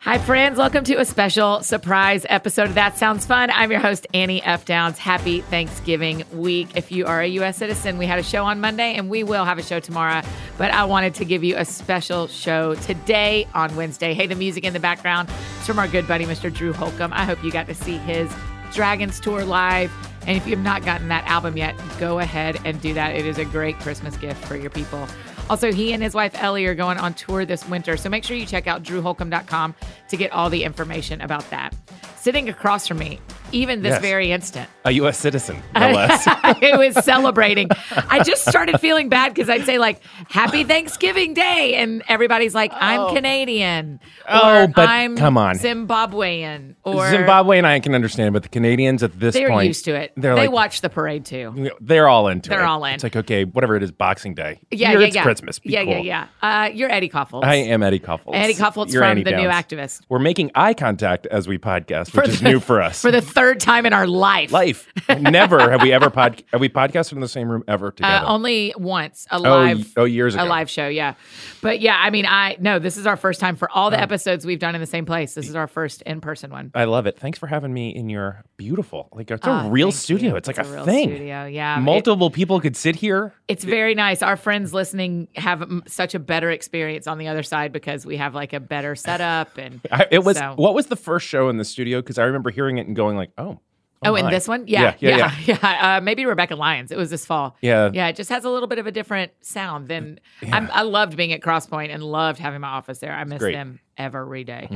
Hi, friends. Welcome to a special surprise episode of That Sounds Fun. I'm your host, Annie F. Downs. Happy Thanksgiving week. If you are a U.S. citizen, we had a show on Monday and we will have a show tomorrow, but I wanted to give you a special show today on Wednesday. Hey, the music in the background is from our good buddy, Mr. Drew Holcomb. I hope you got to see his Dragons Tour live. And if you have not gotten that album yet, go ahead and do that. It is a great Christmas gift for your people. Also, he and his wife Ellie are going on tour this winter. So make sure you check out drewholcomb.com to get all the information about that. Sitting across from me, even this Yes. very instant, A U.S. citizen, no less. it was celebrating. I just started feeling bad because I'd say, like, Happy Thanksgiving Day. And everybody's like, I'm Canadian. Oh, or, but I'm come on. Zimbabwean. Or Zimbabwe and I can understand, but the Canadians at this They're point, used to it. They're they like, watch the parade too. they're all into They're it. all in. It's like okay, whatever it is, Boxing Day. Yeah, Here yeah, it's yeah. Christmas. Be yeah, cool. yeah, yeah, Uh, You're Eddie Koffels. I am Eddie Koffels. Eddie Koffels You're from Annie The New Downs. Activist. We're making eye contact as we podcast, which is new for us. for the third time in our life. life, never have we ever pod have we podcasted in the same room ever Uh, together. only once a oh, live y- oh, years ago. a live show, yeah. But yeah, I mean, I no, this is our first time for Uh-huh. all the episodes we've done in the same place. This is our first in person one. I love it. Thanks for having me in your beautiful, like it's Ah, a Oh, real thank you. studio. It's like It's a, a real thing. studio, yeah. It- Multiple people could sit here. It's very nice. Our friends listening have mm, such a better experience on the other side because we have like a better setup and I, it was So- what was the first show in the studio? Because I remember hearing it and going like, oh, Oh, my. and this one, yeah, yeah, yeah, yeah. yeah, Uh, maybe Rebecca Lyons. It was this fall. Yeah. yeah. It just has a little bit of a different sound than I'm, I loved being at Crosspoint and loved having my office there. I miss great. them every day.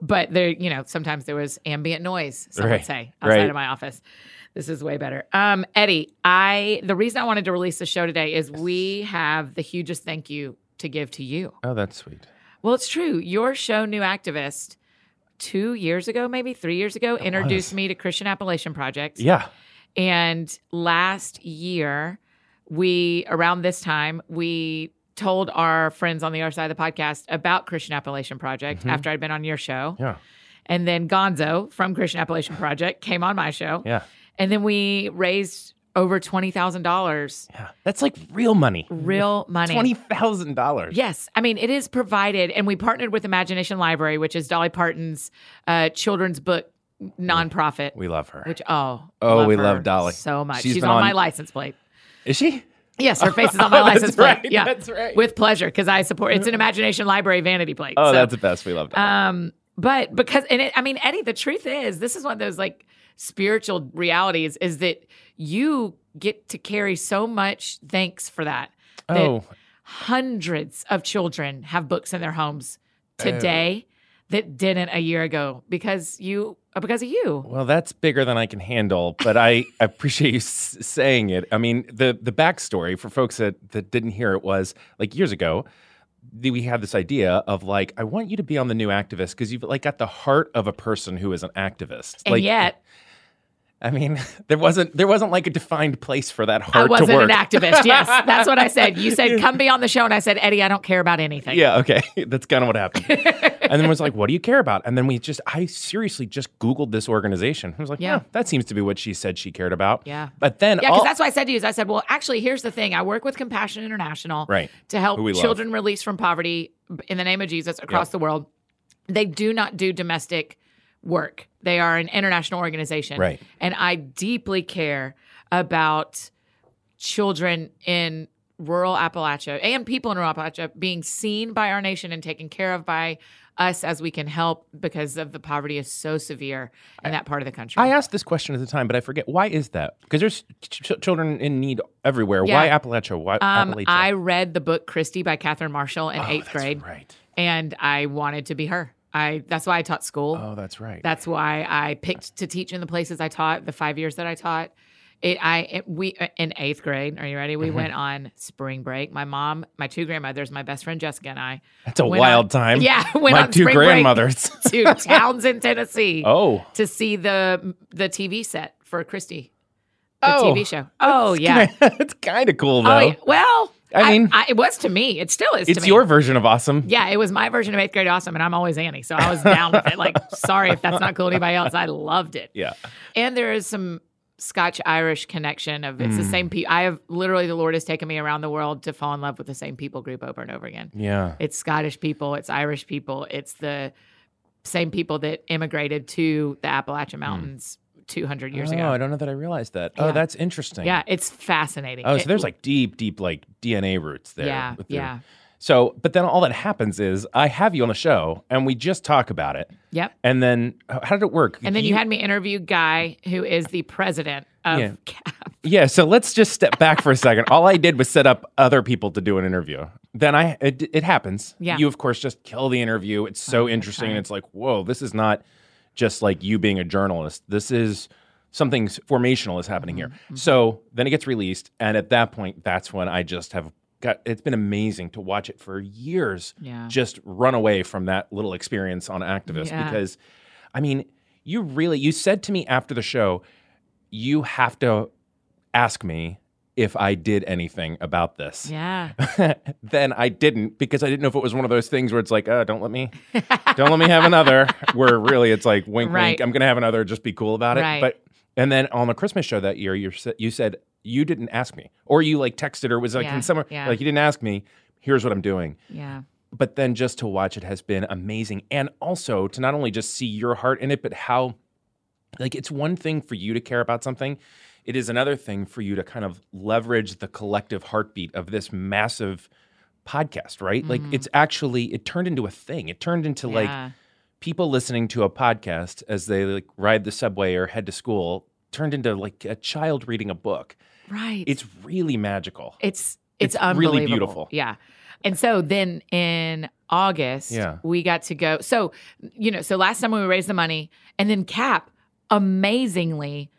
But there, you know, sometimes there was ambient noise. Some Right, would say outside right. of my office. This is way better. Um, Eddie, I the reason I wanted to release the show today is we have the hugest thank you to give to you. Oh, that's sweet. Well, it's true. Your show, New Activist. Two years ago, maybe three years ago, introduced me to Christian Appalachian Project. Yeah. And last year, we around this time, we told our friends on the other side of the podcast about Christian Appalachian Project Mm-hmm. after I'd been on your show. Yeah. And then Gonzo from Christian Appalachian Project came on my show. Yeah. And then we raised over $20,000 Yeah. That's like real money. real money. Twenty thousand dollars. Yes. I mean, it is provided, and we partnered with Imagination Library, which is Dolly Parton's uh, children's book nonprofit. We love her. which oh Oh, we her love Dolly. so much. She's She's been on, on- my license plate. Is she? Yes, her face is on my Oh, that's license plate. right, Yeah, that's right. Mm. With pleasure, because I support. It's an imagination library vanity plate. Oh, So, that's the best. We love that. um, but because and it, I mean, Eddie, the truth is, this is one of those like spiritual realities is that you get to carry so much thanks for that. that oh, hundreds of children have books in their homes Oh. today that didn't a year ago because you uh, because of you. well, that's bigger than I can handle. But I appreciate you s- saying it. I mean, the the backstory for folks that that didn't hear it was like years ago. the- We had this idea of like, I want you to be on the new activist because you've like got the heart of a person who is an activist. And like, yet I mean, there wasn't there wasn't like a defined place for that heart I wasn't to work. an activist. Yes, that's what I said. You said, "Come be on the show," and I said, "Eddie, I don't care about anything." Yeah, okay. That's kind of what happened. and then was like, what do you care about? And then we just, I seriously just Googled this organization. I was like, yeah, Yeah. that seems to be what she said she cared about. Yeah. But then Yeah, all, because that's what I said to you. Is I said, "Well, actually, here's the thing. I work with Compassion International Right. to help Who we love. children released from poverty in the name of Jesus across the world. They do not do domestic work. They are an international organization, Right. And I deeply care about children in rural Appalachia and people in rural Appalachia being seen by our nation and taken care of by us as we can help because of the poverty is so severe in that part of the country. I asked this question at the time, but I forget. Why is that? Because there's ch- ch- children in need everywhere. Yeah. Why Appalachia? Why um, Appalachia? I read the book Christie by Catherine Marshall in Oh, eighth that's grade, right. and I wanted to be her. I that's why I taught school. Oh, that's right. That's why I picked to teach in the places I taught. The five years that I taught, it I it, we uh, in eighth grade. Are you ready? Mm-hmm. We went on spring break. My mom, my two grandmothers, my best friend Jessica, and I. That's a went wild on- time. Yeah, went My on two spring break grandmothers. to Townsend, Tennessee, oh. to see the the TV set for Christie, the Oh. TV show. Oh yeah. it's kind of cool, though. Oh yeah. well. I mean- I, it was to me. It still is. to It's me. your version of awesome. Yeah, it was my version of eighth grade awesome, and I'm always Annie, so I was down with it. Like, sorry if that's not cool to anybody else. I loved it. Yeah. And there is some Scotch Irish connection of it's the same Mm. people. I have literally the Lord has taken me around the world to fall in love with the same people group over and over again. Yeah. It's Scottish people, it's Irish people, it's the same people that immigrated to the Appalachian Mountains 200 years Mm. oh, ago. I don't know that I realized that. Yeah. Oh, that's interesting. Yeah, it's fascinating. Oh, It- so there's like deep, deep like DNA roots there. yeah, with your- yeah, So, but then all that happens is I have you on the show and we just talk about it. yep. And then h- how did it work? And then you had me interview Guy, who is the president of Yeah. CAP. Yeah, so let's just step back for a second. All I did was set up other people to do an interview. Then I it, it happens. Yeah. You of course just kill the interview. It's so interesting and it's like, "Whoa, this is not just like you being a journalist. This is something s- formational is happening here." So, then it gets released and at that point that's when I just have got it's been amazing to watch it for years Yeah. just run away from that little experience on activist Yeah. because I mean, you really you said to me after the show, you have to ask me if I did anything about this. Yeah. then I didn't because I didn't know if it was one of those things where it's like, oh, don't let me, don't let me have another. Where really it's like, wink, Right. wink, I'm gonna have another. Just be cool about it. Right. But and then on the Christmas show that year, you said you said you didn't ask me, or you like texted or was like Yeah, in summer, yeah. like you didn't ask me. Here's what I'm doing Yeah. but then just to watch it has been amazing and also to not only just see your heart in it but how like it's one thing for you to care about something it is another thing for you to kind of leverage the collective heartbeat of this massive podcast right like it's actually it turned into a thing it turned into like Mm-hmm. yeah. people listening to a podcast as they like ride the subway or head to school turned into like a child reading a book right. it's really magical It's it's, It's really unbelievable. beautiful. Yeah. And so then in August, Yeah. we got to go. So, you know, so last time we raised the money, and then Cap amazingly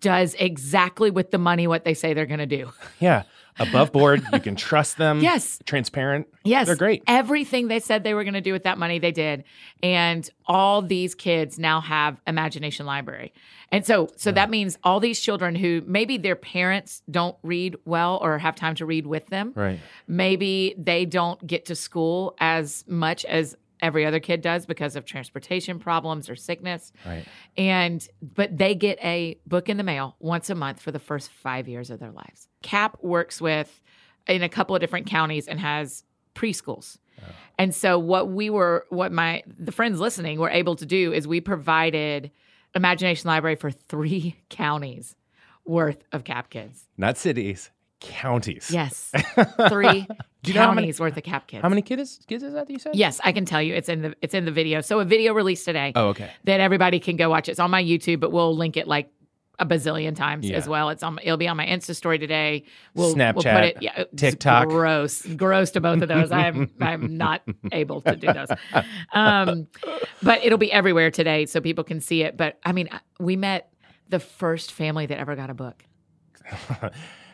does exactly with the money what they say they're going to do. yeah above board you can trust them Yes. transparent Yes. They're great. Everything they said they were going to do with that money, they did. And all these kids now have imagination library. And so so that means all these children who maybe their parents don't read well or have time to read with them. right Maybe they don't get to school as much as every other kid does because of transportation problems or sickness. right And but they get a book in the mail once a month for the first five years of their lives. CAP works with in a couple of different counties and has preschools. And so what we were what my the friends listening were able to do is we provided Imagination Library for three counties worth of CAP kids. not cities, counties. Yes. Three Do you know how many- counties worth of CAP kids. How many kids kids is that that you said? Yes, I can tell you it's in the it's in the video. So a video released today Oh, okay. that everybody can go watch. It's on my YouTube, but we'll link it like a bazillion times Yeah. as well. It's on. It'll be on my Insta story today. We'll, We'll put Snapchat, it. Yeah, it's TikTok. Gross, gross to both of those. I'm I'm not able to do those. Um, but it'll be everywhere today, so people can see it. But I mean, we met the first family that ever got a book.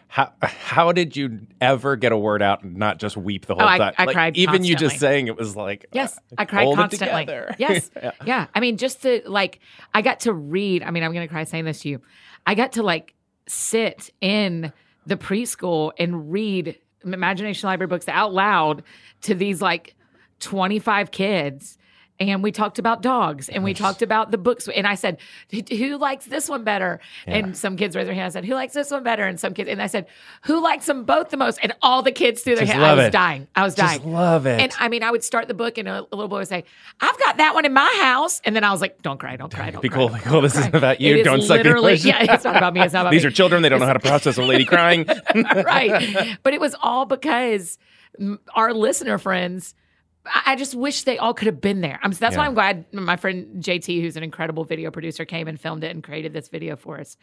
How how did you ever get a word out and not just weep the whole Oh, I- time? I Like, cried Even you constantly. just saying it was like Yes, uh, I cried hold it constantly. together. Yes, yeah. I mean, just to like, I got to read. I mean, I'm gonna cry saying this to you. I got to like sit in the preschool and read Imagination Library books out loud to these like 25 kids. And we talked about dogs and we talked about the books. And I said, "Who- Who likes this one better? And some kids raised their hand. I said, Who likes this one better? And some kids, and I said, Who likes them both the most? And all the kids threw their Just hand. I love was it. dying. I was dying. Just love it. And I mean, I would start the book, and a, a little boy would say, "I've got that one in my house," and then I was like, "Don't cry, don't cry, don't be cry." cool, don't be cool. This isn't about you. It is Don't suck your literally- emotions. Yeah, it's not about me. It's not about These me. are children. They don't know how to process a lady crying. right. But it was all because mm, our listener friends. I I just wish they all could have been there. I'm, that's why Yeah. I'm glad my friend JT, who's an incredible video producer, came and filmed it and created this video for us,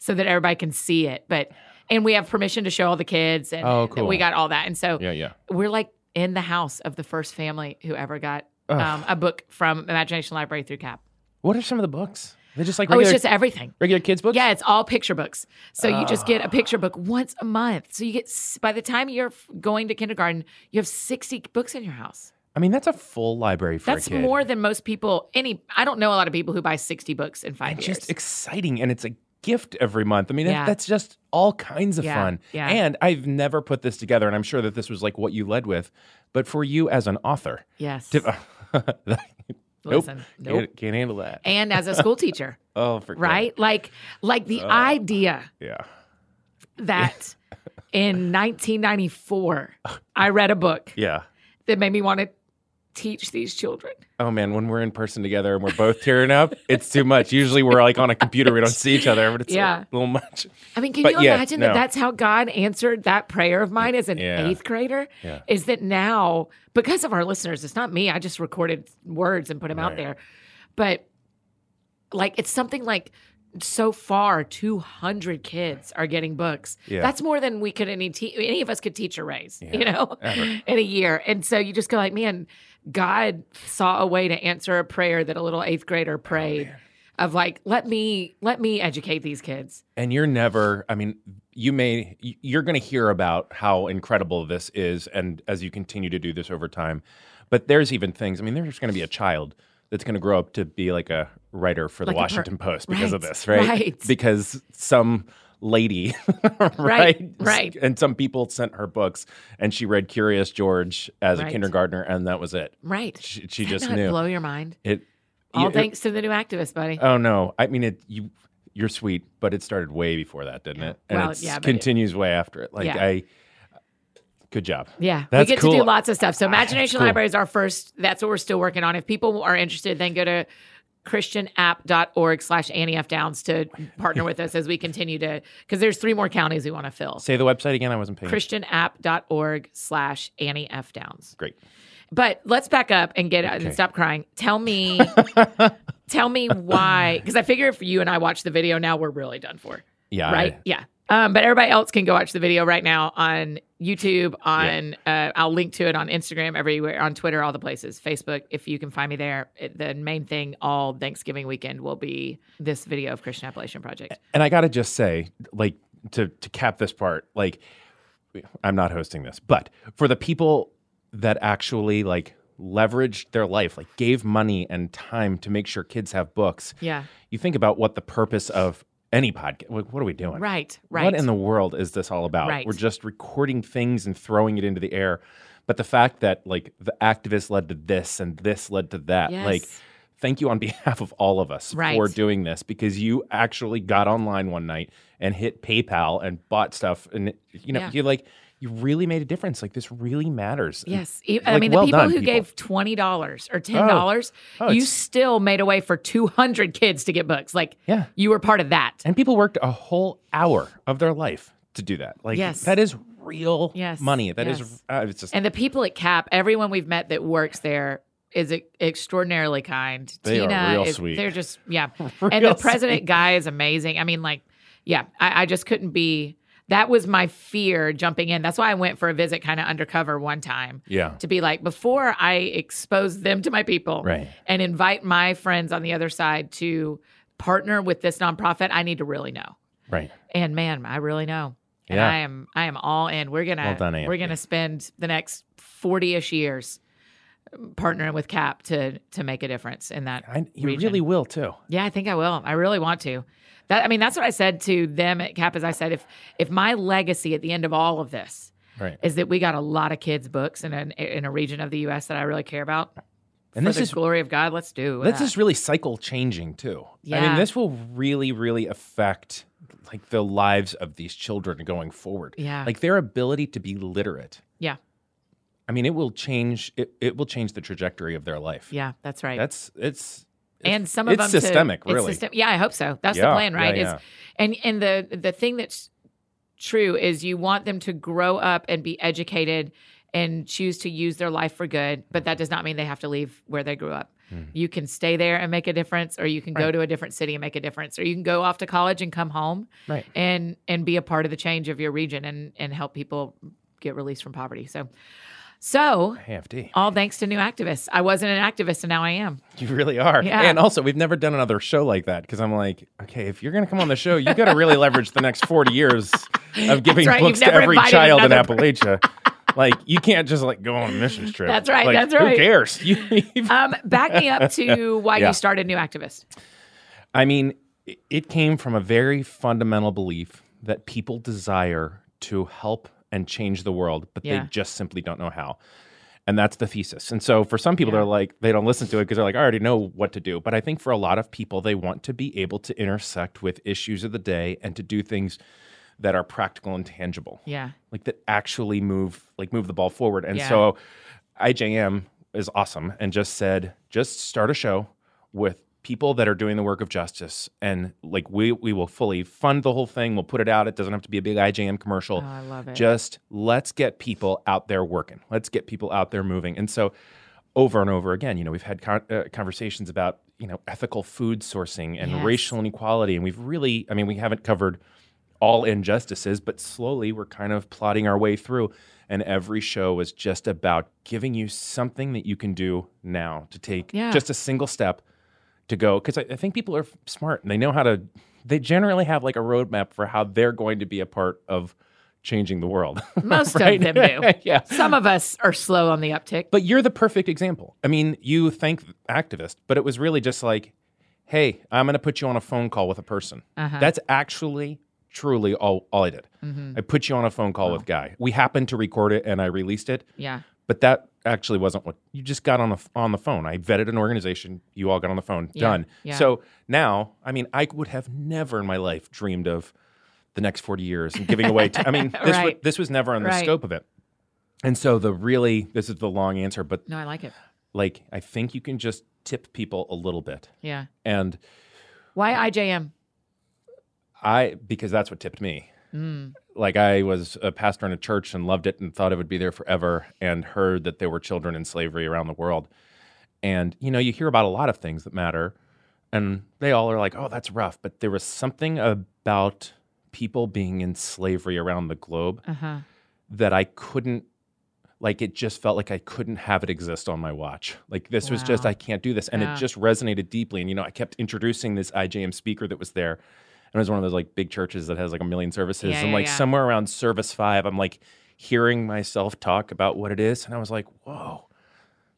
so that everybody can see it. But and we have permission to show all the kids, and Oh, and cool. we got all that. And so yeah, yeah. we're like in the house of the first family who ever got Ugh. um, a book from Imagination Library through CAP. What are some of the books? They're just like Oh, it's regular, just everything. regular kids books. Yeah, it's all picture books. So you just get a picture book once a month. So you get s- by the time you're f- going to kindergarten, you have 60 books in your house. I mean, that's a full library for That's a kid. more than most people any I don't know a lot of people who buy 60 books in 5 and years. just exciting and it's a gift every month i mean that- Yeah. that's just all kinds of Yeah, fun yeah. and i've never put this together and i'm sure that this was like what you led with but for you as an author yes. to, uh, nope, Listen. Nope. Can't, can't handle that And as a school teacher, oh for right? Like like the idea yeah that in 1994 I read a book yeah that made me want to teach these children? Oh man, when we're in person together and we're both tearing up, it's too much. Usually we're like on a computer, we don't see each other, but it's Yeah. a little much. I mean, can But you yeah, imagine that no. that's how God answered that prayer of mine as an Yeah. eighth grader? Yeah. Is that now, because of our listeners, it's not me, I just recorded words and put them out Right. there. But like, it's something like so far 200 kids are getting books. Yeah. That's more than we could any, te- any of us could teach or raise, you Yeah. know, Ever. in a year. And so you just go like, man, God saw a way to answer a prayer that a little eighth Oh, grader prayed. of like let me let me educate these kids And you're never, I mean, you may, y- you're going to hear about how incredible this is. And as you continue to do this over time, but there's even things, I mean, there's going to be a child that's going to grow up to be like a writer for the Like a per- Washington Post because of Right, this, right? right. Because some lady, right? right. And some people sent her books and she read Curious George as Right. a kindergartner and that was it. right She, she Does just that knew. blow your mind It, all it- thanks to the new activist buddy Oh no! I mean, it you you're sweet, but it started way before that, didn't it? And Well, it yeah, but it- continues way after it. Like Yeah. I, good job. yeah that's we get to do cool. Ah, lots of stuff so imagination cool. library is our first that's what we're still working on if people are interested then go to christianapp.org slash annie f downs to partner with us as we continue to because there's three more counties we want to fill Say the website again. I wasn't paying. christianapp.org slash annie f downs Great. But let's back up and get Okay. and stop crying. Tell me, tell me why? Because I figure if you and I watch the video now, we're really done for, Yeah. right? yeah. Um, but everybody else can go watch the video right now on YouTube. On uh, I'll link to it on Instagram, everywhere, on Twitter, all the places, Facebook. If you can find me there, It- the main thing all Thanksgiving weekend will be this video of Christian Appalachian Project. and I gotta just say, like to to cap this part, like I'm not hosting this, but for the people that actually like leveraged their life, like gave money and time to make sure kids have books, Yeah, you think about what the purpose of any podcast. What what are we doing? right, right. What in the world is this all about? Right. We're just recording things and throwing it into the air. But the fact that like the activists led to this and this led to that, Yes. like thank you on behalf of all of us Right. for doing this because you actually got online one night and hit PayPal and bought stuff and you know Yeah. you're like you really made a difference. Like this really matters. And Yes. E- I like, mean, the well people done, who people. gave $20 or $10, Oh. Oh, you it's- still made a way for 200 kids to get books. Like, Yeah. you were part of that. And people worked a whole hour of their life to do that. Like Yes. that is real Yes. money. That is Yes. uh, it's just And the people at CAP, everyone we've met that works there is e- extraordinarily kind. They are Tina real is, sweet. They're just, yeah. and Real the president guy is amazing. I mean, like, yeah, I, I just couldn't be. That was my fear jumping in. That's why I went for a visit kind of undercover one time. yeah. to be like before I expose them to my people Right. and invite my friends on the other side to partner with this nonprofit, I need to really know. Right. And man, I really know. And Yeah. I am I am all in. We're gonna Well done, we're Anthony. gonna spend the next forty ish years partnering with CAP to to make a difference in that. I, you region. really will too. Yeah, I think I will. I really want to. That I mean that's what I said to them at CAP is I said if if my legacy at the end of all of this Right. is that we got a lot of kids' books in an in a region of the U.S. that I really care about. And For this the is glory of God. Let's do this that. is really cycle changing too. I Yeah. mean, this will really, really affect like the lives of these children going forward. Yeah. Like their ability to be literate. yeah, I mean, it will change it, it will change the trajectory of their life. yeah, that's right. That's it's it's- and some of it's them to- systemic, it's really. system- yeah, I hope so. That's the Yeah, plan, yeah, right? yeah. Is and and the the thing that's true is you want them to grow up and be educated and choose to use their life for good, but that does not mean they have to leave where they grew up. You can stay there and make a difference, or you can go Hmm. Right. to a different city and make a difference, or you can go off to college and come home Right. and and be a part of the change of your region and and help people get released from poverty. So, so AFD. all thanks to new activists. I wasn't an activist and now I am. You really are. Yeah. And also, we've never done another show like that because I'm like, okay, if you're going to come on the show, you got to really leverage the next 40 years of giving right, you've books to never every invited child in another Appalachia. like, you can't just like go on a missions trip. That's right, Like, that's Who right. cares? You- Um, back me up to why Yeah. you started new activist. I mean, i- it came from a very fundamental belief that people desire to help and change the world, but Yeah. they just simply don't know how. And that's the thesis. And so for some people, Yeah. they're like, they don't listen to it because they're like, I already know what to do. But I think for a lot of people, they want to be able to intersect with issues of the day and to do things that are practical and tangible Yeah. like that actually move like move the ball forward. And Yeah. so IJM is awesome and just said, just start a show with people that are doing the work of justice and like we we will fully fund the whole thing. We'll put it out. It doesn't have to be a big IJM commercial. Oh, I love it. Just let's get people out there working. Let's get people out there moving. And so over and over again, you know, we've had con- uh, conversations about, you know, ethical food sourcing and Yes. racial inequality and we've really I mean, we haven't covered all injustices, but slowly we're kind of plotting our way through. And every show is just about giving you something that you can do now to take Yeah. just a single step to go. Because I, I think people are f- smart and they know how to, they generally have like a roadmap for how they're going to be a part of changing the world. Most Right? of them do. yeah. Some of us are slow on the uptick. But you're the perfect example. I mean, you thank activist, but it was really just like, hey, I'm going to put you on a phone call with a person. Uh-huh. That's actually truly all, all I did. Mhm. I put you on a phone call with Guy. We happened to record it and I released it, Yeah. but that actually wasn't what you just got on the on the phone. I vetted an organization. You all got on the phone. Yeah, Done. yeah. So now, I mean, I would have never in my life dreamed of the next 40 years and giving away. T- I mean, this, Right. was, this was never on the Right. scope of it. And so the really, this is the long answer, but No, I like it. like I think you can just tip people a little bit. Yeah. And Why IJM? I because that's what tipped me. Mm. Like I was a pastor in a church and loved it and thought it would be there forever and heard that there were children in slavery around the world. And you know, you hear about a lot of things that matter and they all are like, "Oh, that's rough," but there was something about people being in slavery around the globe Uh huh. that I couldn't like it just felt like I couldn't have it exist on my watch. Like this was just Wow. I can't do this and Yeah. it just resonated deeply and you know I kept introducing this IJM speaker that was there and it was one of those like big churches that has like a million services Yeah, and yeah, like yeah. somewhere around service 5 I'm like hearing myself talk about what it is and I was like, "Whoa.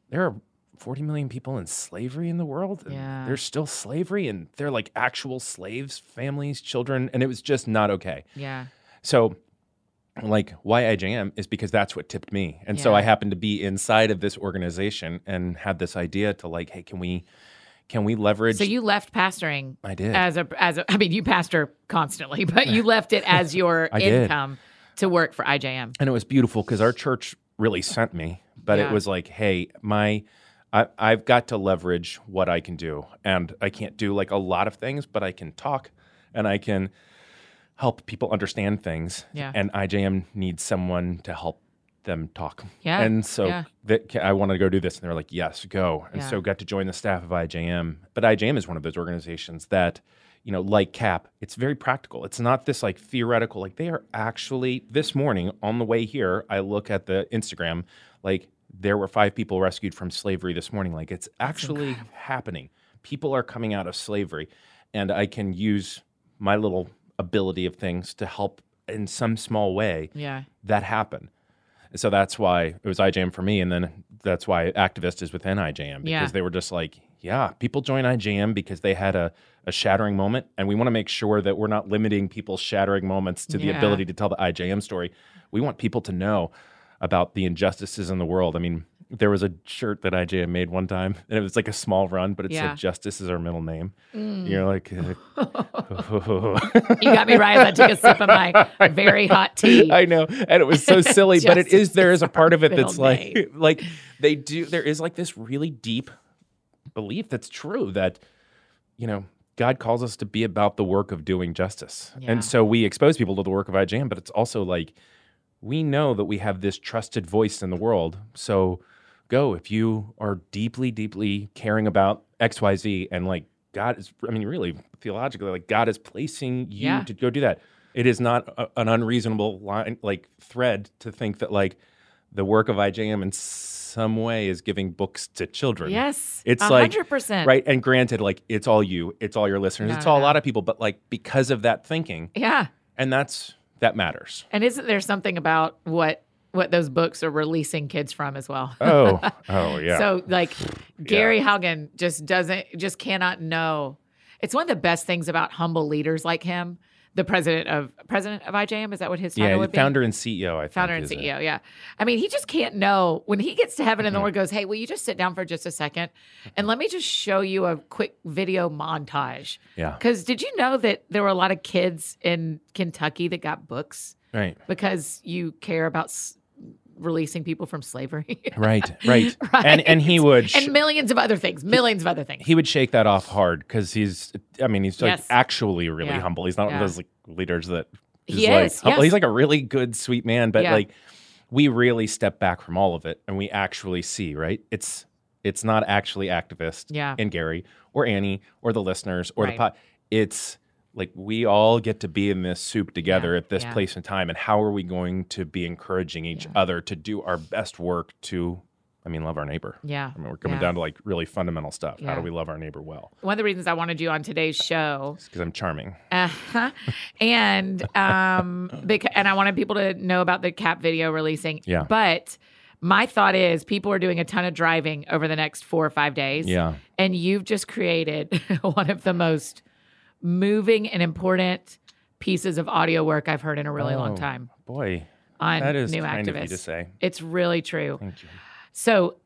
There are 40 million people in slavery in the world. and Yeah. There's still slavery and they're like actual slaves, families, children and it was just not okay." Yeah. So, like, why IJM is because that's what tipped me. And so Yeah. I happened to be inside of this organization and had this idea to like, hey, can we, can we leverage? So you left pastoring I did. as a as a, I mean you pastor constantly, but you left it as your I did. income to work for IJM. and it was beautiful because our church really sent me, but Yeah. it was like, hey, my, I, I've got to leverage what I can do, and I can't do like a lot of things, but I can talk, and I can help people understand things. Yeah. And IJM needs someone to help them talk. Yeah, And so yeah. that I wanted to go do this, and they were like, "Yes, go." And Yeah. so got to join the staff of IJM. But IJM is one of those organizations that, you know, like CAP, it's very practical. It's not this like theoretical. Like they are actually this morning on the way here, I look at the Instagram, like there were five people rescued from slavery this morning. Like it's actually happening. People are coming out of slavery, and I can use my little ability of things to help in some small way Yeah. that happen. So that's why it was IJM for me. And then that's why activist is within IJM because Yeah. they were just like, yeah, people join IJM because they had a, a shattering moment. And we want to make sure that we're not limiting people's shattering moments to the Yeah. ability to tell the IJM story. We want people to know about the injustices in the world. I mean, there was a shirt that IJM made one time, and it was like a small run, but it Yeah. said "Justice is our middle name." You're like, Mm. You got me right as I took a sip of my very hot tea. I know, and it was so silly, but it is there is a part of it Bill that's like Nye. like they do. There is like this really deep belief that's true that you know God calls us to be about the work of doing justice, Yeah. and so we expose people to the work of IJAM, but it's also like we know that we have this trusted voice in the world, so go if you are deeply deeply caring about xyz and like god is i mean really theologically like god is placing you Yeah. to go do that it is not a, an unreasonable line like thread to think that like the work of ijm in some way is giving books to children Yes. It's like- 100%. right and granted like it's all you it's all your listeners No, it's all no. a lot of people but like because of that thinking Yeah. and that's that matters And isn't there something about what what those books are releasing kids from as well? oh oh yeah So like Gary Haugen just doesn't just cannot know. It's one of the best things about humble leaders like him, the president of president of IJM. Is that what his title yeah would be? founder and ceo i think Founder and E is it. CEO, yeah. I mean, he just can't know when he gets to heaven Mm-hmm. and the Lord goes, Hey, will you just sit down for just a second and let me just show you a quick video montage? yeah Because did you know that there were a lot of kids in Kentucky that got books right because you care about s- releasing people from slavery. Right, right. And and he would sh- and millions of other things, millions of other things. he would shake that off hard because he's I mean he's like Yes. actually really Yeah. humble. He's not one Yeah. of those like leaders that is He like is, humble. yes. he's like a really good sweet man, but Yeah. like we really step back from all of it and we actually see right. It's it's not actually activist Yeah. and Gary or Annie or the listeners or Right. the pot. It's like we all get to be in this soup together Yeah, at this yeah. place and time. And how are we going to be encouraging each Yeah. other to do our best work to, I mean, love our neighbor? yeah. I mean, we're coming Yeah. down to like really fundamental stuff. How Yeah. do we love our neighbor well? One of the reasons I wanted you on today's show Because I'm charming. Uh-huh. And um because, and I wanted people to know about the cap video releasing. Yeah. But my thought is people are doing a ton of driving over the next 4 or 5 days. Yeah. And you've just created one of the most moving and important pieces of audio work I've heard in a really long Oh, time Boy, on that is new kind activists. of you to say. It's really true. Thank you. So,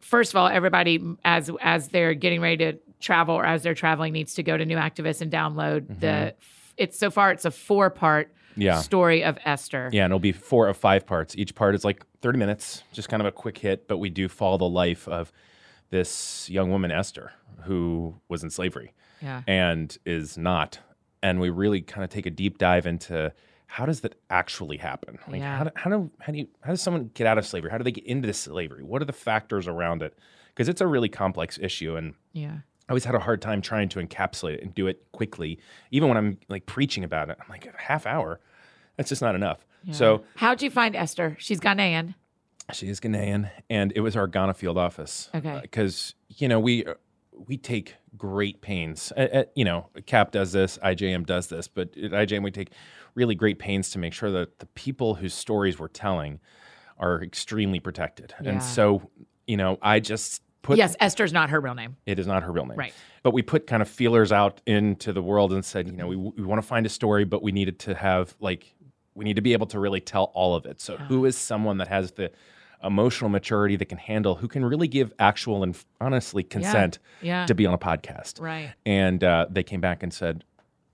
first of all, everybody as as they're getting ready to travel or as they're traveling needs to go to New Activists and download the. It's so far it's a four part Mm-hmm. Yeah. story of Esther. Yeah, and it'll be four or five parts. Each part is like 30 minutes, just kind of a quick hit, but we do follow the life of this young woman, Esther, who was in slavery. Yeah. and is not. And we really kind of take a deep dive into how does that actually happen? Like Yeah. how, do, how do how do you how does someone get out of slavery? How do they get into slavery? What are the factors around it? Because it's a really complex issue, and Yeah. I always had a hard time trying to encapsulate it and do it quickly. Even when I'm like preaching about it, I'm like a half hour. That's just not enough. yeah. So how'd you find Esther? She's Ghanaian. she is Ghanaian, and it was our Ghana field office. Okay. Because you know we uh, we take great pains. Uh, uh, you know, Cap does this, IJM does this, but at IJM we take really great pains to make sure that the people whose stories we're telling are extremely protected. Yeah. And so, you know, I just put yes, Esther's not her real name. it is not her real name. Right. But we put kind of feelers out into the world and said, you know, we, we want to find a story, but we needed to have like, we need to be able to really tell all of it. So who is someone that has the emotional maturity that can handle, who can really give actual and honestly consent Yeah. to be on a podcast? Right. And uh, they came back and said,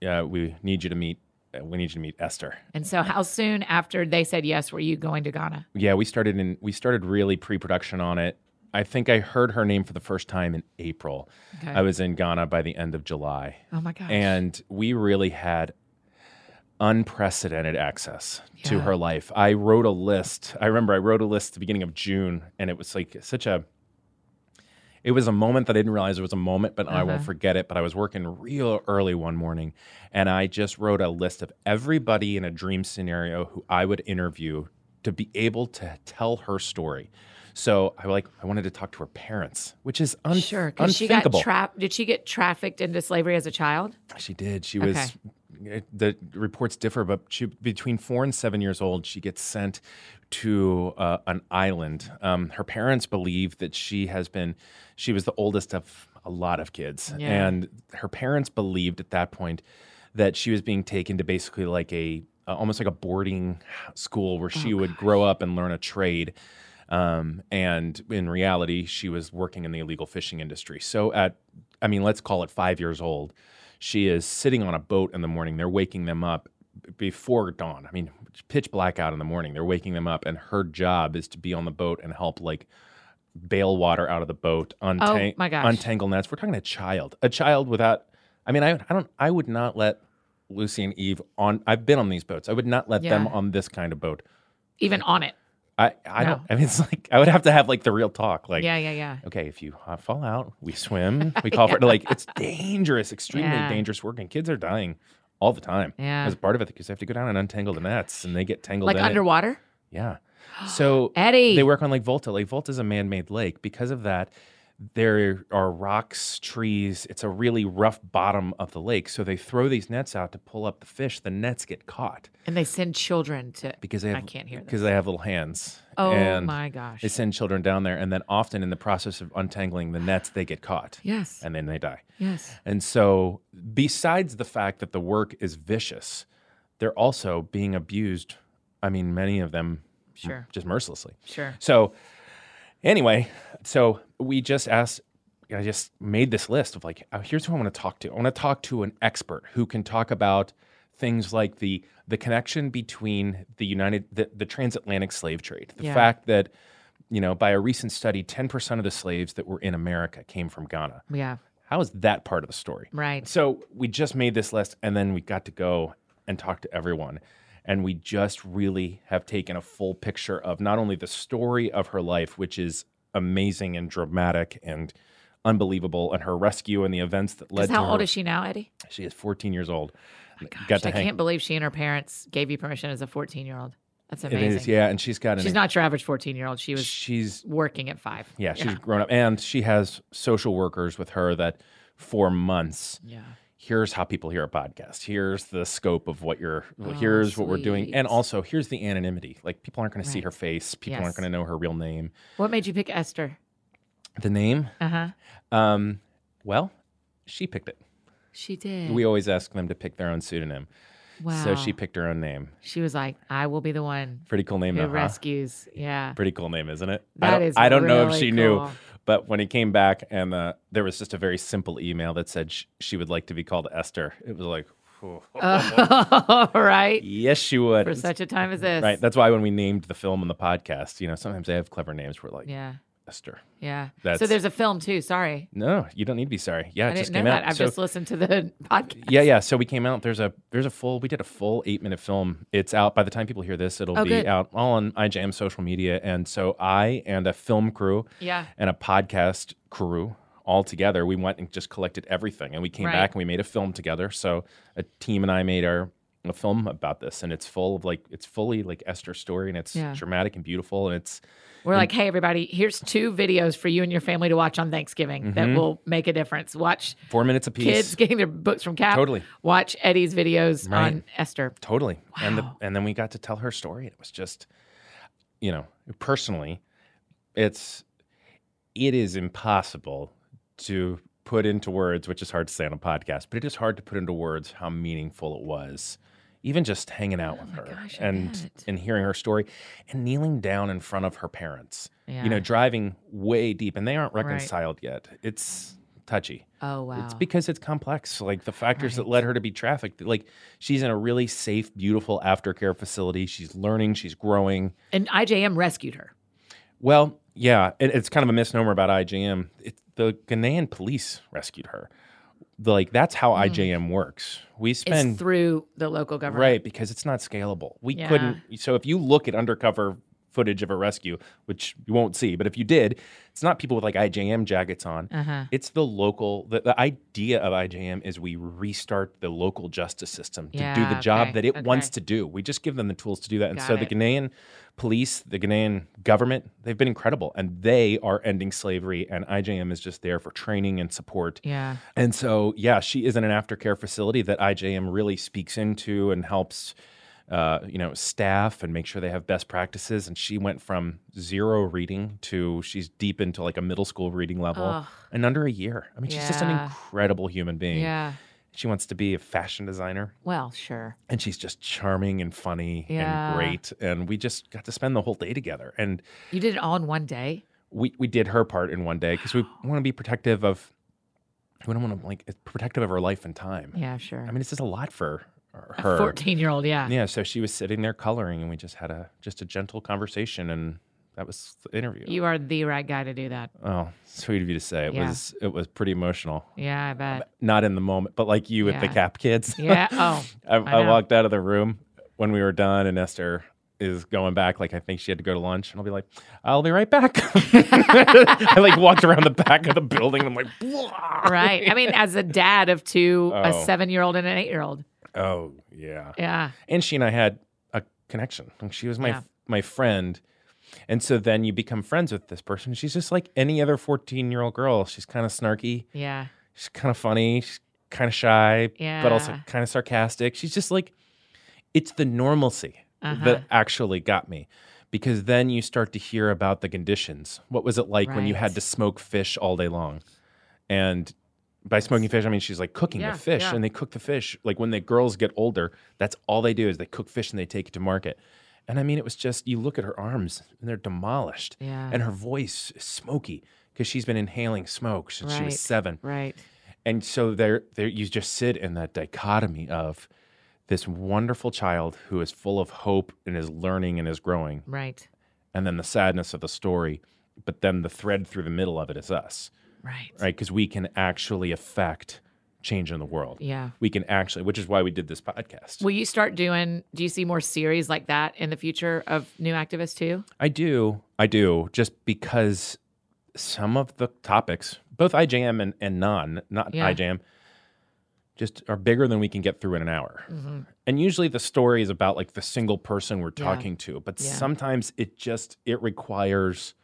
yeah, we need you to meet, uh, we need you to meet Esther. And so, how soon after they said yes were you going to Ghana? Yeah, we started in we started really pre-production on it. I think I heard her name for the first time in April. Okay. I was in Ghana by the end of July. Oh my gosh. And we really had unprecedented access to Yeah. her life. I wrote a list. I remember I wrote a list at the beginning of June, and it was like such a. It was a moment that I didn't realize it was a moment, but I won't Uh-huh. forget it. But I was working real early one morning, and I just wrote a list of everybody in a dream scenario who I would interview to be able to tell her story. So I like I wanted to talk to her parents, which is un- sure, because she got unthinkable. trapped. Did she get trafficked into slavery as a child? She did. She was. it- The reports differ, but she between four and seven years old, she gets sent to uh, an island. Um, her parents believe that she has been. She was the oldest of a lot of kids, Yeah. and her parents believed at that point that she was being taken to basically like a uh, almost like a boarding school where she would grow up and learn a trade. Um, and in reality, she was working in the illegal fishing industry. So at, I mean, let's call it five years old, she is sitting on a boat in the morning. They're waking them up b- before dawn. I mean, it's pitch black out in the morning. They're waking them up, and her job is to be on the boat and help like bail water out of the boat, untang- Oh my gosh. untangle nets. We're talking a child, a child without. I mean, I, I don't. I would not let Lucy and Eve on. I've been on these boats. I would not let them Yeah. on this kind of boat. Even on it? I, I No. don't. I mean, it's like I would have to have like the real talk. Like, yeah, yeah, yeah. okay, if you uh, fall out, we swim, we call for it. Like, it's dangerous, extremely Yeah. dangerous work, and kids are dying all the time Yeah. as part of it because they have to go down and untangle the nets, and they get tangled Like in it. underwater? Yeah. So Eddie. they work on Lake Volta. Lake Volta is a man-made lake. Because of that, there are rocks, trees. It's a really rough bottom of the lake. So they throw these nets out to pull up the fish. The nets get caught And they send children to. because they have I can't hear this. because they have little hands. Oh and my gosh. They send children down there, and then often in the process of untangling the nets, they get caught, Yes. and Mm. then they die. yes. And so, besides the fact that the work is vicious, they're also being abused. I mean, many of them Sure. just mercilessly. Sure. So anyway, so we just asked I uh, just made this list of like oh, here's who I want to talk to. I want to talk to an expert who can talk about things like the the connection between the United the, the transatlantic slave trade, the Yeah. fact that you know by a recent study, ten percent of the slaves that were in America came from Ghana. Yeah. How is that part of the story? Right. So we just made this list, and then we got to go and talk to everyone. And we just really have taken a full picture of not only the story of her life, which is amazing and dramatic and unbelievable, and her rescue and the events that led 'Cause to how her. old is she now, Eddie? She is 14 years old. Gosh, I can't believe she and her parents gave you permission as a 14 year old. That's It amazing. is, yeah, and she's got an. She's not your average 14 year old. She was she's working at five. yeah, she's grown up, and she has social workers with her that for months Yeah. here's how people hear a podcast. Here's the scope of what you're, here's what we're doing. And Oh, sweet. also, here's the anonymity. Like, people aren't going to see her face. People aren't Yes. going to know her real name. What made you pick Esther? The name, Uh huh. um, well, she picked it. She did. We always ask them to pick their own pseudonym. wow. So she picked her own name. She was like, I will be the one Pretty cool name, who though. huh? rescues. Yeah. Pretty cool name, isn't it? I That don't, is I don't know if really she knew, cool. but when he came back and uh, there was just a very simple email that said sh- she would like to be called Esther, it was like, Oh, right. yes, she would. For It's such a time as this. Right. That's why when we named the film and the podcast, you know, sometimes they have clever names. We're like, yeah. Esther. Yeah. so That's- there's a film too. Sorry. No, you don't need to be sorry. Yeah, I it didn't just know came that. out. I've so, just listened to the podcast. yeah, yeah. So we came out. There's a there's a full. We did a full eight minute film. It's out by the time people hear this. It'll Oh, be good. out all on IJM social media. And so I and a film crew Yeah. and a podcast crew all together. We went and just collected everything, and we came Right. back and we made a film together. So a team and I made our a film about this, and it's full of like it's fully like Esther's story, and it's Yeah. dramatic and beautiful, and it's We're like, hey, everybody, here's two videos for you and your family to watch on Thanksgiving Mm-hmm. that will make a difference. Watch four minutes apiece. kids getting their books from Cap. Totally. Watch Eddie's videos Right. on Esther. Totally. And the, Wow. and then we got to tell her story. It was just, you know, personally, it's it is impossible to put into words, which is hard to say on a podcast, but it is hard to put into words how meaningful it was. Even just hanging out with her Oh gosh, I and bet. and hearing her story and kneeling down in front of her parents. Yeah. You know, driving way deep and they aren't reconciled yet. It's touchy. Oh wow. It's because it's complex. Like the factors that led her to be trafficked. Like she's in a really safe, beautiful aftercare facility. She's learning, she's growing. and IJM rescued her. Well, yeah, it, it's kind of a misnomer about IJM. It, the Ghanaian police rescued her. Like that's how IJM works. Hmm. We It's spend through the local government. right because it's not scalable. We Yeah. couldn't. So if you look at undercover footage of a rescue, which you won't see, but if you did, it's not people with like IJM jackets on. Uh-huh. It's the local, the, the idea of IJM is we restart the local justice system to do Yeah, the job okay, that it wants okay. to do. We just give them the tools to do that. And Got so the it. Ghanaian police, the Ghanaian government, they've been incredible and they are ending slavery. And IJM is just there for training and support. Yeah. And so, yeah, she is in an aftercare facility that IJM really speaks into and helps, uh, you know, staff and make sure they have best practices. And she went from zero reading to she's deep into like a middle school reading level Ugh. in under a year. I mean, she's just an Yeah. incredible human being. Yeah. She wants to be a fashion designer Well, sure. and she's just charming and funny Yeah. and great. And we just got to spend the whole day together. And You did it all in one day. we we did her part in one day because we want to be protective of we don't want to like it's protective of her life and time. Yeah, sure. I mean, this is a lot for her. Fourteen-year-old. Yeah. Yeah, so she was sitting there coloring, and we just had a just a gentle conversation, and that was the interview. You are the right guy to do that. oh, sweet of you to say. It Yeah. was it was pretty emotional. Yeah, I bet. Not in the moment, but like you with the Yeah. Cap Kids. Yeah. Oh, I I, I, know. walked out of the room when we were done, and Esther is going back. Like I think she had to go to lunch, and I'll be like, "I'll be right back." I like walked around the back of the building. And I'm like, "Blah." right. I mean, as a dad of two, a Oh. seven-year-old and an eight-year-old. "Oh yeah." Yeah. and she and I had a connection. Like she was my Yeah. my friend, and so then you become friends with this person. She's just like any other fourteen year old girl. She's kind of snarky. Yeah. She's kind of funny. She's kind of shy, but also Yeah. kind of sarcastic. She's just like it's the normalcy Uh-huh. that actually got me. Because then you start to hear about the conditions. What was it like when you Right. had to smoke fish all day long? And by smoking fish, I mean she's like cooking Yeah, the fish, yeah. and they cook the fish. Like when the girls get older, that's all they do is they cook fish and they take it to market. And I mean, it was just you look at her arms and they're demolished, Yeah. and her voice is smoky because she's been inhaling smoke since she Right. was seven. Right. And so there, there, you just sit in that dichotomy of this wonderful child who is full of hope and is learning and is growing, Right. and then the sadness of the story. But then the thread through the middle of it is us, Right. right? Because we can actually affect change in the world. Yeah. We can actually, which is why we did this podcast. Will you start doing? Do you see more series like that in the future of new activists too? I do. I do. Just because some of the topics, both IJM and, and non, not Yeah. IJM, just are bigger than we can get through in an hour. Mm-hmm. And usually the story is about like the single person we're Yeah. talking to, but Yeah. sometimes it just it requires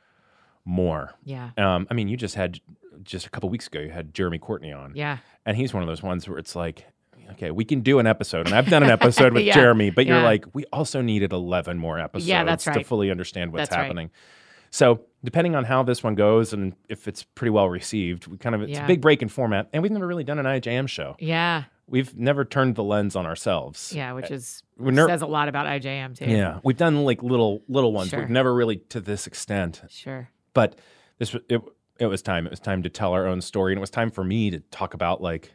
more. Yeah. Um, I mean, you just had just a couple weeks ago, you had Jeremy Courtney on, Yeah. and he's one of those ones where it's like, okay, we can do an episode, and I've done an episode with Yeah. Jeremy, but you're Yeah. like, we also needed 11 more episodes that's to right. fully understand what's That's right. happening. So depending on how this one goes and if it's pretty well received, we kind of it's Yeah. a big break in format, and we've never really done an IJM show. Yeah. We've never turned the lens on ourselves. Yeah. Which is We're ner- says a lot about IJM too. yeah, we've done like little little ones. Sure. We've never really to this extent Sure. but this w- it it was time. It was time to tell our own story, and it was time for me to talk about like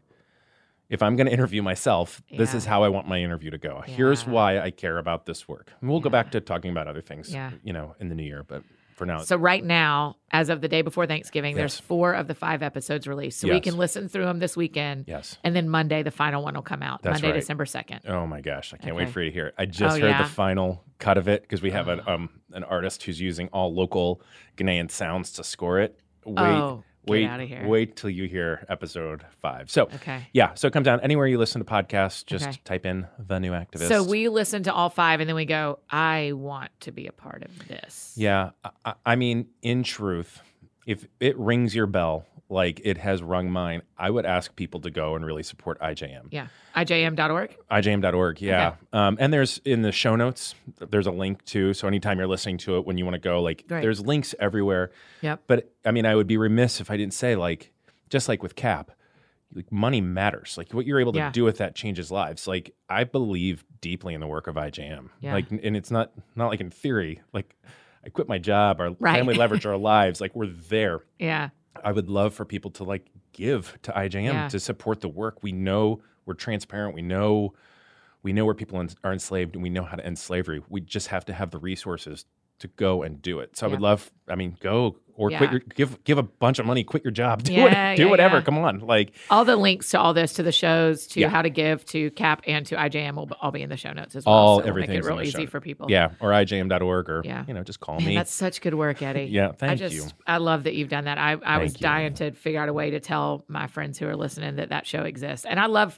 if I'm going to interview myself, this Yeah. is how I want my interview to go. Here's Yeah. why I care about this work. And we'll go back to talking about other things, Yeah. you know, in the new year. But for now, So right now, as of the day before Thanksgiving, there's Yes. four of the five episodes released, so we Yes. can listen through them this weekend. yes. And then Monday, the final one will come out. That's Monday, right. December second. Oh my gosh, I can't Okay. wait for you to hear it. I just Oh, heard yeah. Oh. the final cut of it because we have an um an artist who's using all local Ghanaian sounds to score it. Wait, Oh, get wait, outta here. wait till you hear episode five. So Okay. Yeah, so it comes down anywhere you listen to podcasts. Just Okay. type in the new activist. So we listen to all five, and then we go. I want to be a part of this. yeah, I- I, I mean, in truth, if it rings your bell like it has rung mine, I would ask people to go and really support IJM. Yeah. IJM.org. IJM.org. Yeah, um, and there's in the show notes. There's a link too. So anytime you're listening to it, when you want to go, like Right. there's links everywhere. Yep. But I mean, I would be remiss if I didn't say like, just like with Cap, like money matters. Like what you're able to Yeah. do with that changes lives. Like I believe deeply in the work of IJM. Yeah. Like, and it's not not like in theory. Like I quit my job. Our Right. family leverage our lives. Like we're there. Yeah. I would love for people to like give to IJM Yeah. to support the work. We know we're transparent. We know we know where people en- are enslaved, and we know how to end slavery. We just have to have the resources to go and do it. So I Yeah. would love. I mean, go or Yeah. quit your give give a bunch of money, quit your job, do Yeah, it, do yeah, whatever. yeah. Come on, like All the links to all this, to the shows, to Yeah. how to give, to CAP, and to IJM will b- all be in the show notes as well. All- so we'll make it everything's in real the show easy notes. for people. yeah, or IJM.org, or Yeah. you know, just call Man, me. that's such good work, Eddie. Yeah, thank I just, you. I love that you've done that. I, I was Thank you. dying to figure out a way to tell my friends who are listening that that show exists. And I love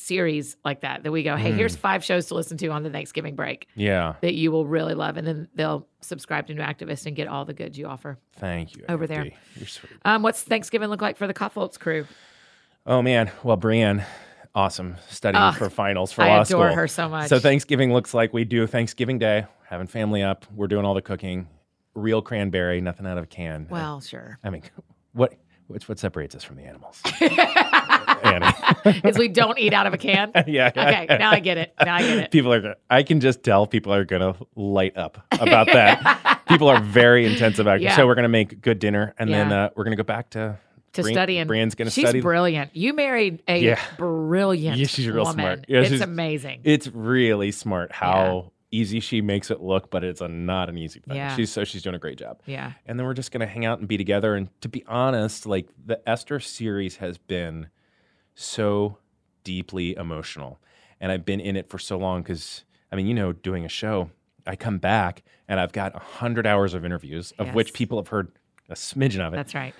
series like that, that we go, hey, Mm. here's five shows to listen to on the Thanksgiving break Yeah, that you will really love. And then they'll subscribe to New Activist and get all the goods you offer. thank you. Over there. AFD. You're sweet. Um, what's Thanksgiving look like for the Koffoltz crew? Oh man, well, Brienne, awesome studying Ugh, for finals for I law adore school. her so much. So Thanksgiving looks like we do Thanksgiving Day, having family up. We're doing all the cooking, real cranberry, nothing out of a can. Well, sure. I mean, what what's what separates us from the animals? Annie. Because we don't eat out of a can. yeah. yeah. Okay, now I get it. Now I get it. People are. gonna- I can just tell people are gonna light up about that. people are very intense about it. Yeah. So we're gonna make good dinner, and then Yeah. uh, we're gonna go back to to Bri- study and Brienne's gonna she's study. brilliant. You married a Yeah. brilliant Yeah, she's real woman. smart. Yeah, it's she's- amazing. it's really smart how easy she makes it look, but it's a, not an easy thing. Yeah. She's so she's doing a great job. yeah. and then we're just going to hang out and be together. And to be honest, like the Esther series has been so deeply emotional, and I've been in it for so long because I mean, you know, doing a show, I come back and I've got hundred hours of interviews, of Yes. which people have heard a smidgen of it, That's right.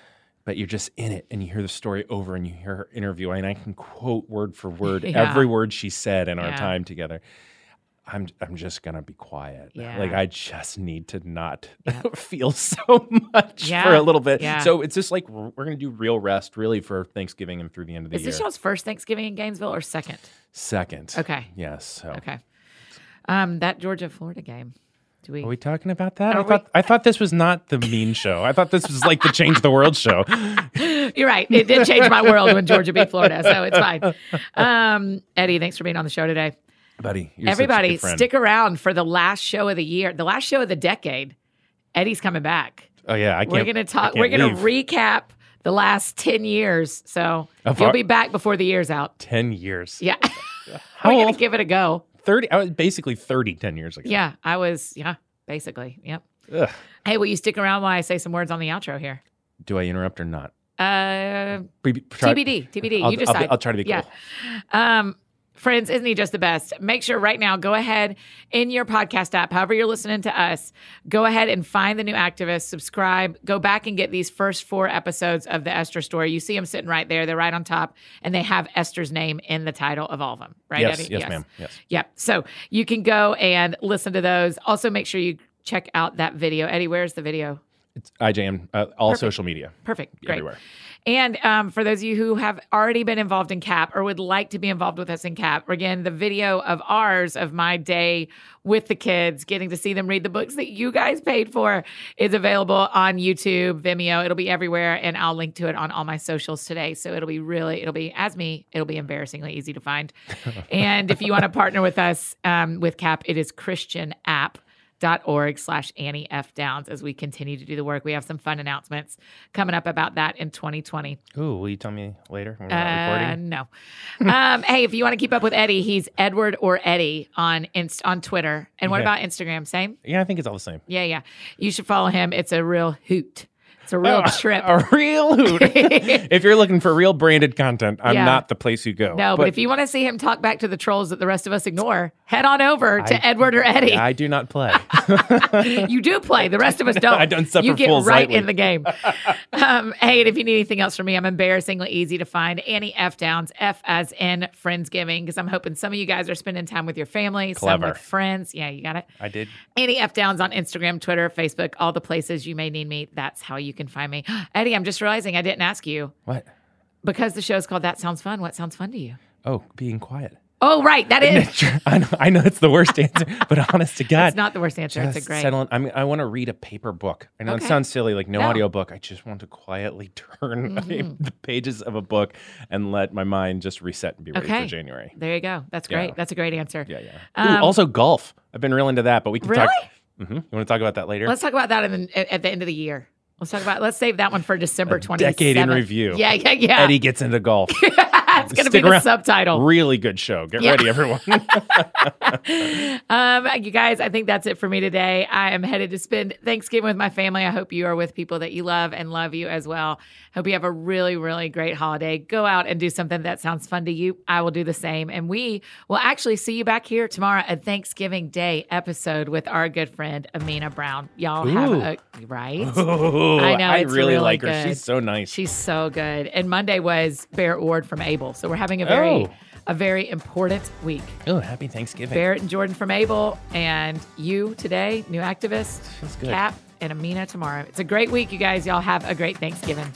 but you're just in it and you hear the story over and you hear her interview, and I can quote word for word Yeah. every word she said in our Yeah. time together. I'm I'm just gonna be quiet. Yeah. Like I just need to not Yep. feel so much for Yeah. a little bit. Yeah. So it's just like we're we're gonna do real rest really for Thanksgiving and through the end of the Is year. this y'all's first Thanksgiving in Gainesville or second? Second. Okay. Yes. So Okay. Um, that Georgia Florida game. Do we, are we talking about that? Are I we- thought I thought this was not the mean show. I thought this was like the change the world show. You're right. It did change my world when Georgia beat Florida, so it's fine. Um, Eddie, thanks for being on the show today. Buddy, you're such a good Everybody, friend. stick around for the last show of the year, the last show of the decade. Eddie's coming back. Oh yeah, I can't. We're going to I talk. can't We're going leave. to recap the last 10 years. So Of you'll our- be back before the year's out. ten years. Yeah. We're How going old? to give it a go. 30. I was basically 30 10 years ago. Yeah, I was, yeah, basically. Yep. Ugh. Hey, will you stick around while I say some words on the outro here? Do I interrupt or not? Uh, Pre- try- TBD, TBD. I'll, you I'll- decide. I'll try to be cool. Yeah. Um, friends, isn't he just the best? Make sure right now, go ahead in your podcast app, however you're listening to us, go ahead and find the new activist, subscribe, go back and get these first four episodes of the Esther story. You see them sitting right there, they're right on top, and they have Esther's name in the title of all of them, right? Yes, Eddie? yes, ma'am. Yes. Yep. So you can go and listen to those. Also, make sure you check out that video. Eddie, where's the video? It's IJM, uh, all Perfect. social media, Perfect. Great. everywhere. And um, for those of you who have already been involved in CAP or would like to be involved with us in CAP, again, the video of ours of my day with the kids, getting to see them read the books that you guys paid for, is available on YouTube, Vimeo. It'll be everywhere, and I'll link to it on all my socials today. So it'll be really, it'll be as me, it'll be embarrassingly easy to find. and if you want to partner with us um, with CAP, it is Christian App dot org slash Annie F Downs as we continue to do the work. We have some fun announcements coming up about that in 2020. Ooh, will you tell me later when we're not Uh, recording? no. um, hey, if you want to keep up with Eddie, he's Edward or Eddie on inst- on Twitter. And what Yeah. about Instagram? Same? Yeah, I think it's all the same. Yeah, yeah. You should follow him. It's a real hoot. It's a real Oh, trip. A real hoot. if you're looking for real branded content, I'm Yeah. not the place you go. No, but, if you want to see him talk back to the trolls that the rest of us ignore, head on over to I- Edward or Eddie. I do not play. you do play. The rest of us don't. I don't suffer You get fools right lightly. in the game. um, hey, and if you need anything else from me, I'm embarrassingly easy to find. Annie F. Downs, F as in Friendsgiving, because I'm hoping some of you guys are spending time with your family, some Clever. with friends. Yeah, you got it. I did. Annie F. Downs on Instagram, Twitter, Facebook, all the places you may need me. That's how you can find me. Eddie, I'm just realizing I didn't ask you What? because the show's called That Sounds Fun. What sounds fun to you? Oh, being quiet. Oh, right. That is. I know, I know it's the worst answer, but honest to God, It's not the worst answer. it's a just great. settle in. I mean, I want to read a paper book. I know Okay. it sounds silly, like No. no, Mm-hmm. audio audiobook. I just want to quietly turn the pages of a book and let my mind just reset and be ready Okay. for January. There you go. That's great. That's a great answer. Yeah, yeah. Um, Ooh, also golf. I've been real into that, but we can talk. Really? Mhm. You want to talk about that later? Let's talk about that in the, at the end of the year. Let's talk about. Let's save that one for December twenty. decade in review. Yeah, yeah, yeah. Eddie gets into golf. it's gonna be Stick the around. subtitle. really good show. Get Yeah. ready, everyone. Um, you guys, I think that's it for me today. I am headed to spend Thanksgiving with my family. I hope you are with people that you love and love you as well. Hope you have a really, really great holiday. Go out and do something that sounds fun to you. I will do the same, and we will actually see you back here tomorrow at Thanksgiving Day episode with our good friend Amina Brown. Y'all have a right. I know, I it's really, really like her. good. She's so nice. She's so good. And Monday was Barrett Ward from Able. So we're having a very Oh. a very important week. oh, happy Thanksgiving. Barrett and Jordan from Able and you today, new activist, Feels good. Cap and Amina tomorrow. It's a great week, you guys. Y'all have a great Thanksgiving.